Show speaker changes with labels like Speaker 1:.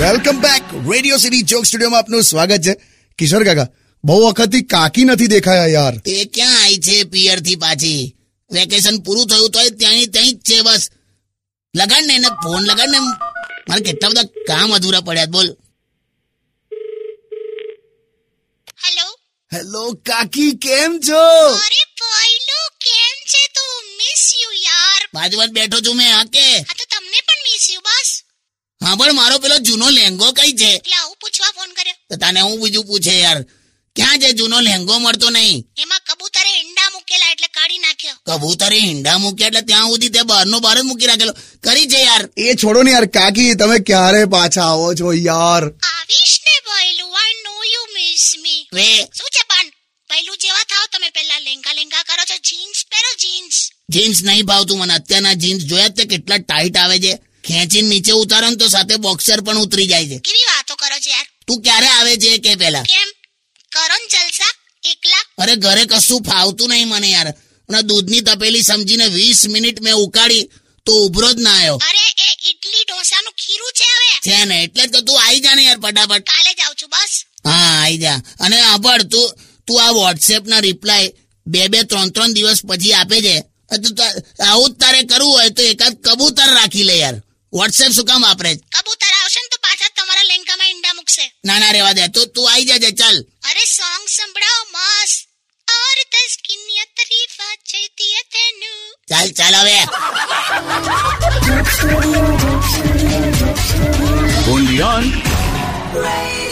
Speaker 1: Welcome back Radio City joke સ્ટુડિયોમાં આપનું સ્વાગત છે કિશોર કાકા બહુ વખતથી કાકી નથી દેખાયા યાર
Speaker 2: તે ક્યાં આવી છે પિયર થી પાછી વેકેશન પૂરું થયું તોય ત્યાંની ત્યાં જ છે બસ લગાડ ને એને ફોન લગાડ ને મારે કેટલા બધા કામ અધૂરા પડ્યા છે, બોલ
Speaker 3: હેલો
Speaker 1: હેલો કાકી કેમ છો
Speaker 3: અરે ભાઈલો કેમ છે તું મિસ યુ યાર
Speaker 2: બાજુમાં જ બેઠો છું મેં હા કે
Speaker 3: આ તો તમને પણ મિસ યુ બસ
Speaker 2: હા પણ મારો પેલો જૂનો લહેંગો કઈ છે
Speaker 3: એટલે આવું પૂછવા ફોન કર્યો
Speaker 2: તો તને હું બીજું પૂછે યાર ક્યાં છે જૂનો લહેંગો મળતો નહીં
Speaker 3: એમાં કબૂતરે ઈંડા મૂકેલા એટલે કાઢી નાખ્યો
Speaker 2: કબૂતરે ઈંડા મૂક્યા એટલે ત્યાં સુધી તે બહારનો બહાર જ મૂકી રાખેલો કરી છે યાર
Speaker 1: એ છોડો ને યાર કાકી તમે ક્યારે પાછા આવો છો યાર
Speaker 3: આવીશ ને ભાઈલું I know you miss me
Speaker 2: વે
Speaker 3: શું છે પાન પહેલું જેવા થાવ તમે પહેલા લેંગા લેંગા કરો છો જીન્સ પહેરો જીન્સ
Speaker 2: જીન્સ નહીં ભાવતું મને અત્યારના જીન્સ જોયા જ તે કેટલા ટાઈટ આવે છે ખેંચીને નીચે ઉતારો ને તો સાથે બોક્સર પણ ઉતરી જાય છે
Speaker 3: કેવી વાતો કરો છો યાર
Speaker 2: તું ક્યારે આવે છે એ કે પેલા
Speaker 3: કેમ કરો ને જલસા એકલા
Speaker 2: અરે ઘરે કશું ફાવતું નહીં મને યાર અને દૂધની તપેલી સમજીને વીસ મિનિટ મેં ઉકાળી તો ઉભરો જ ના આવ્યો
Speaker 3: અરે એ ઇડલી ઢોસાનું ખીરું છે હવે
Speaker 2: છે ને એટલે જ તો તું આવી જા ને યાર ફટાફટ
Speaker 3: કાલે જ આવું છું બસ
Speaker 2: હા આવી જા અને આભળ તું તું આ WhatsApp ના રિપ્લાય બે બે ત્રણ ત્રણ દિવસ પછી આપે છે અ તું તા- આવું જ તારે કરવું હોય તો એકાદ કબૂતર રાખી લે યાર વોટ્સએપ શું કામ વાપરે છે?
Speaker 3: કબૂતર આવશે ને તો પાછા તમારા લેંકામાં ઈંડા મૂકશે
Speaker 2: ના ના રેવા દે તો તું આવી જાજે ચાલ
Speaker 3: અરે સોંગ સંભળાવો મસ્ત ઓર તસ્કિનિયત તરીફા ચૈતીય તેનું
Speaker 2: ચાલ ચાલ હવે
Speaker 4: only on
Speaker 3: Radio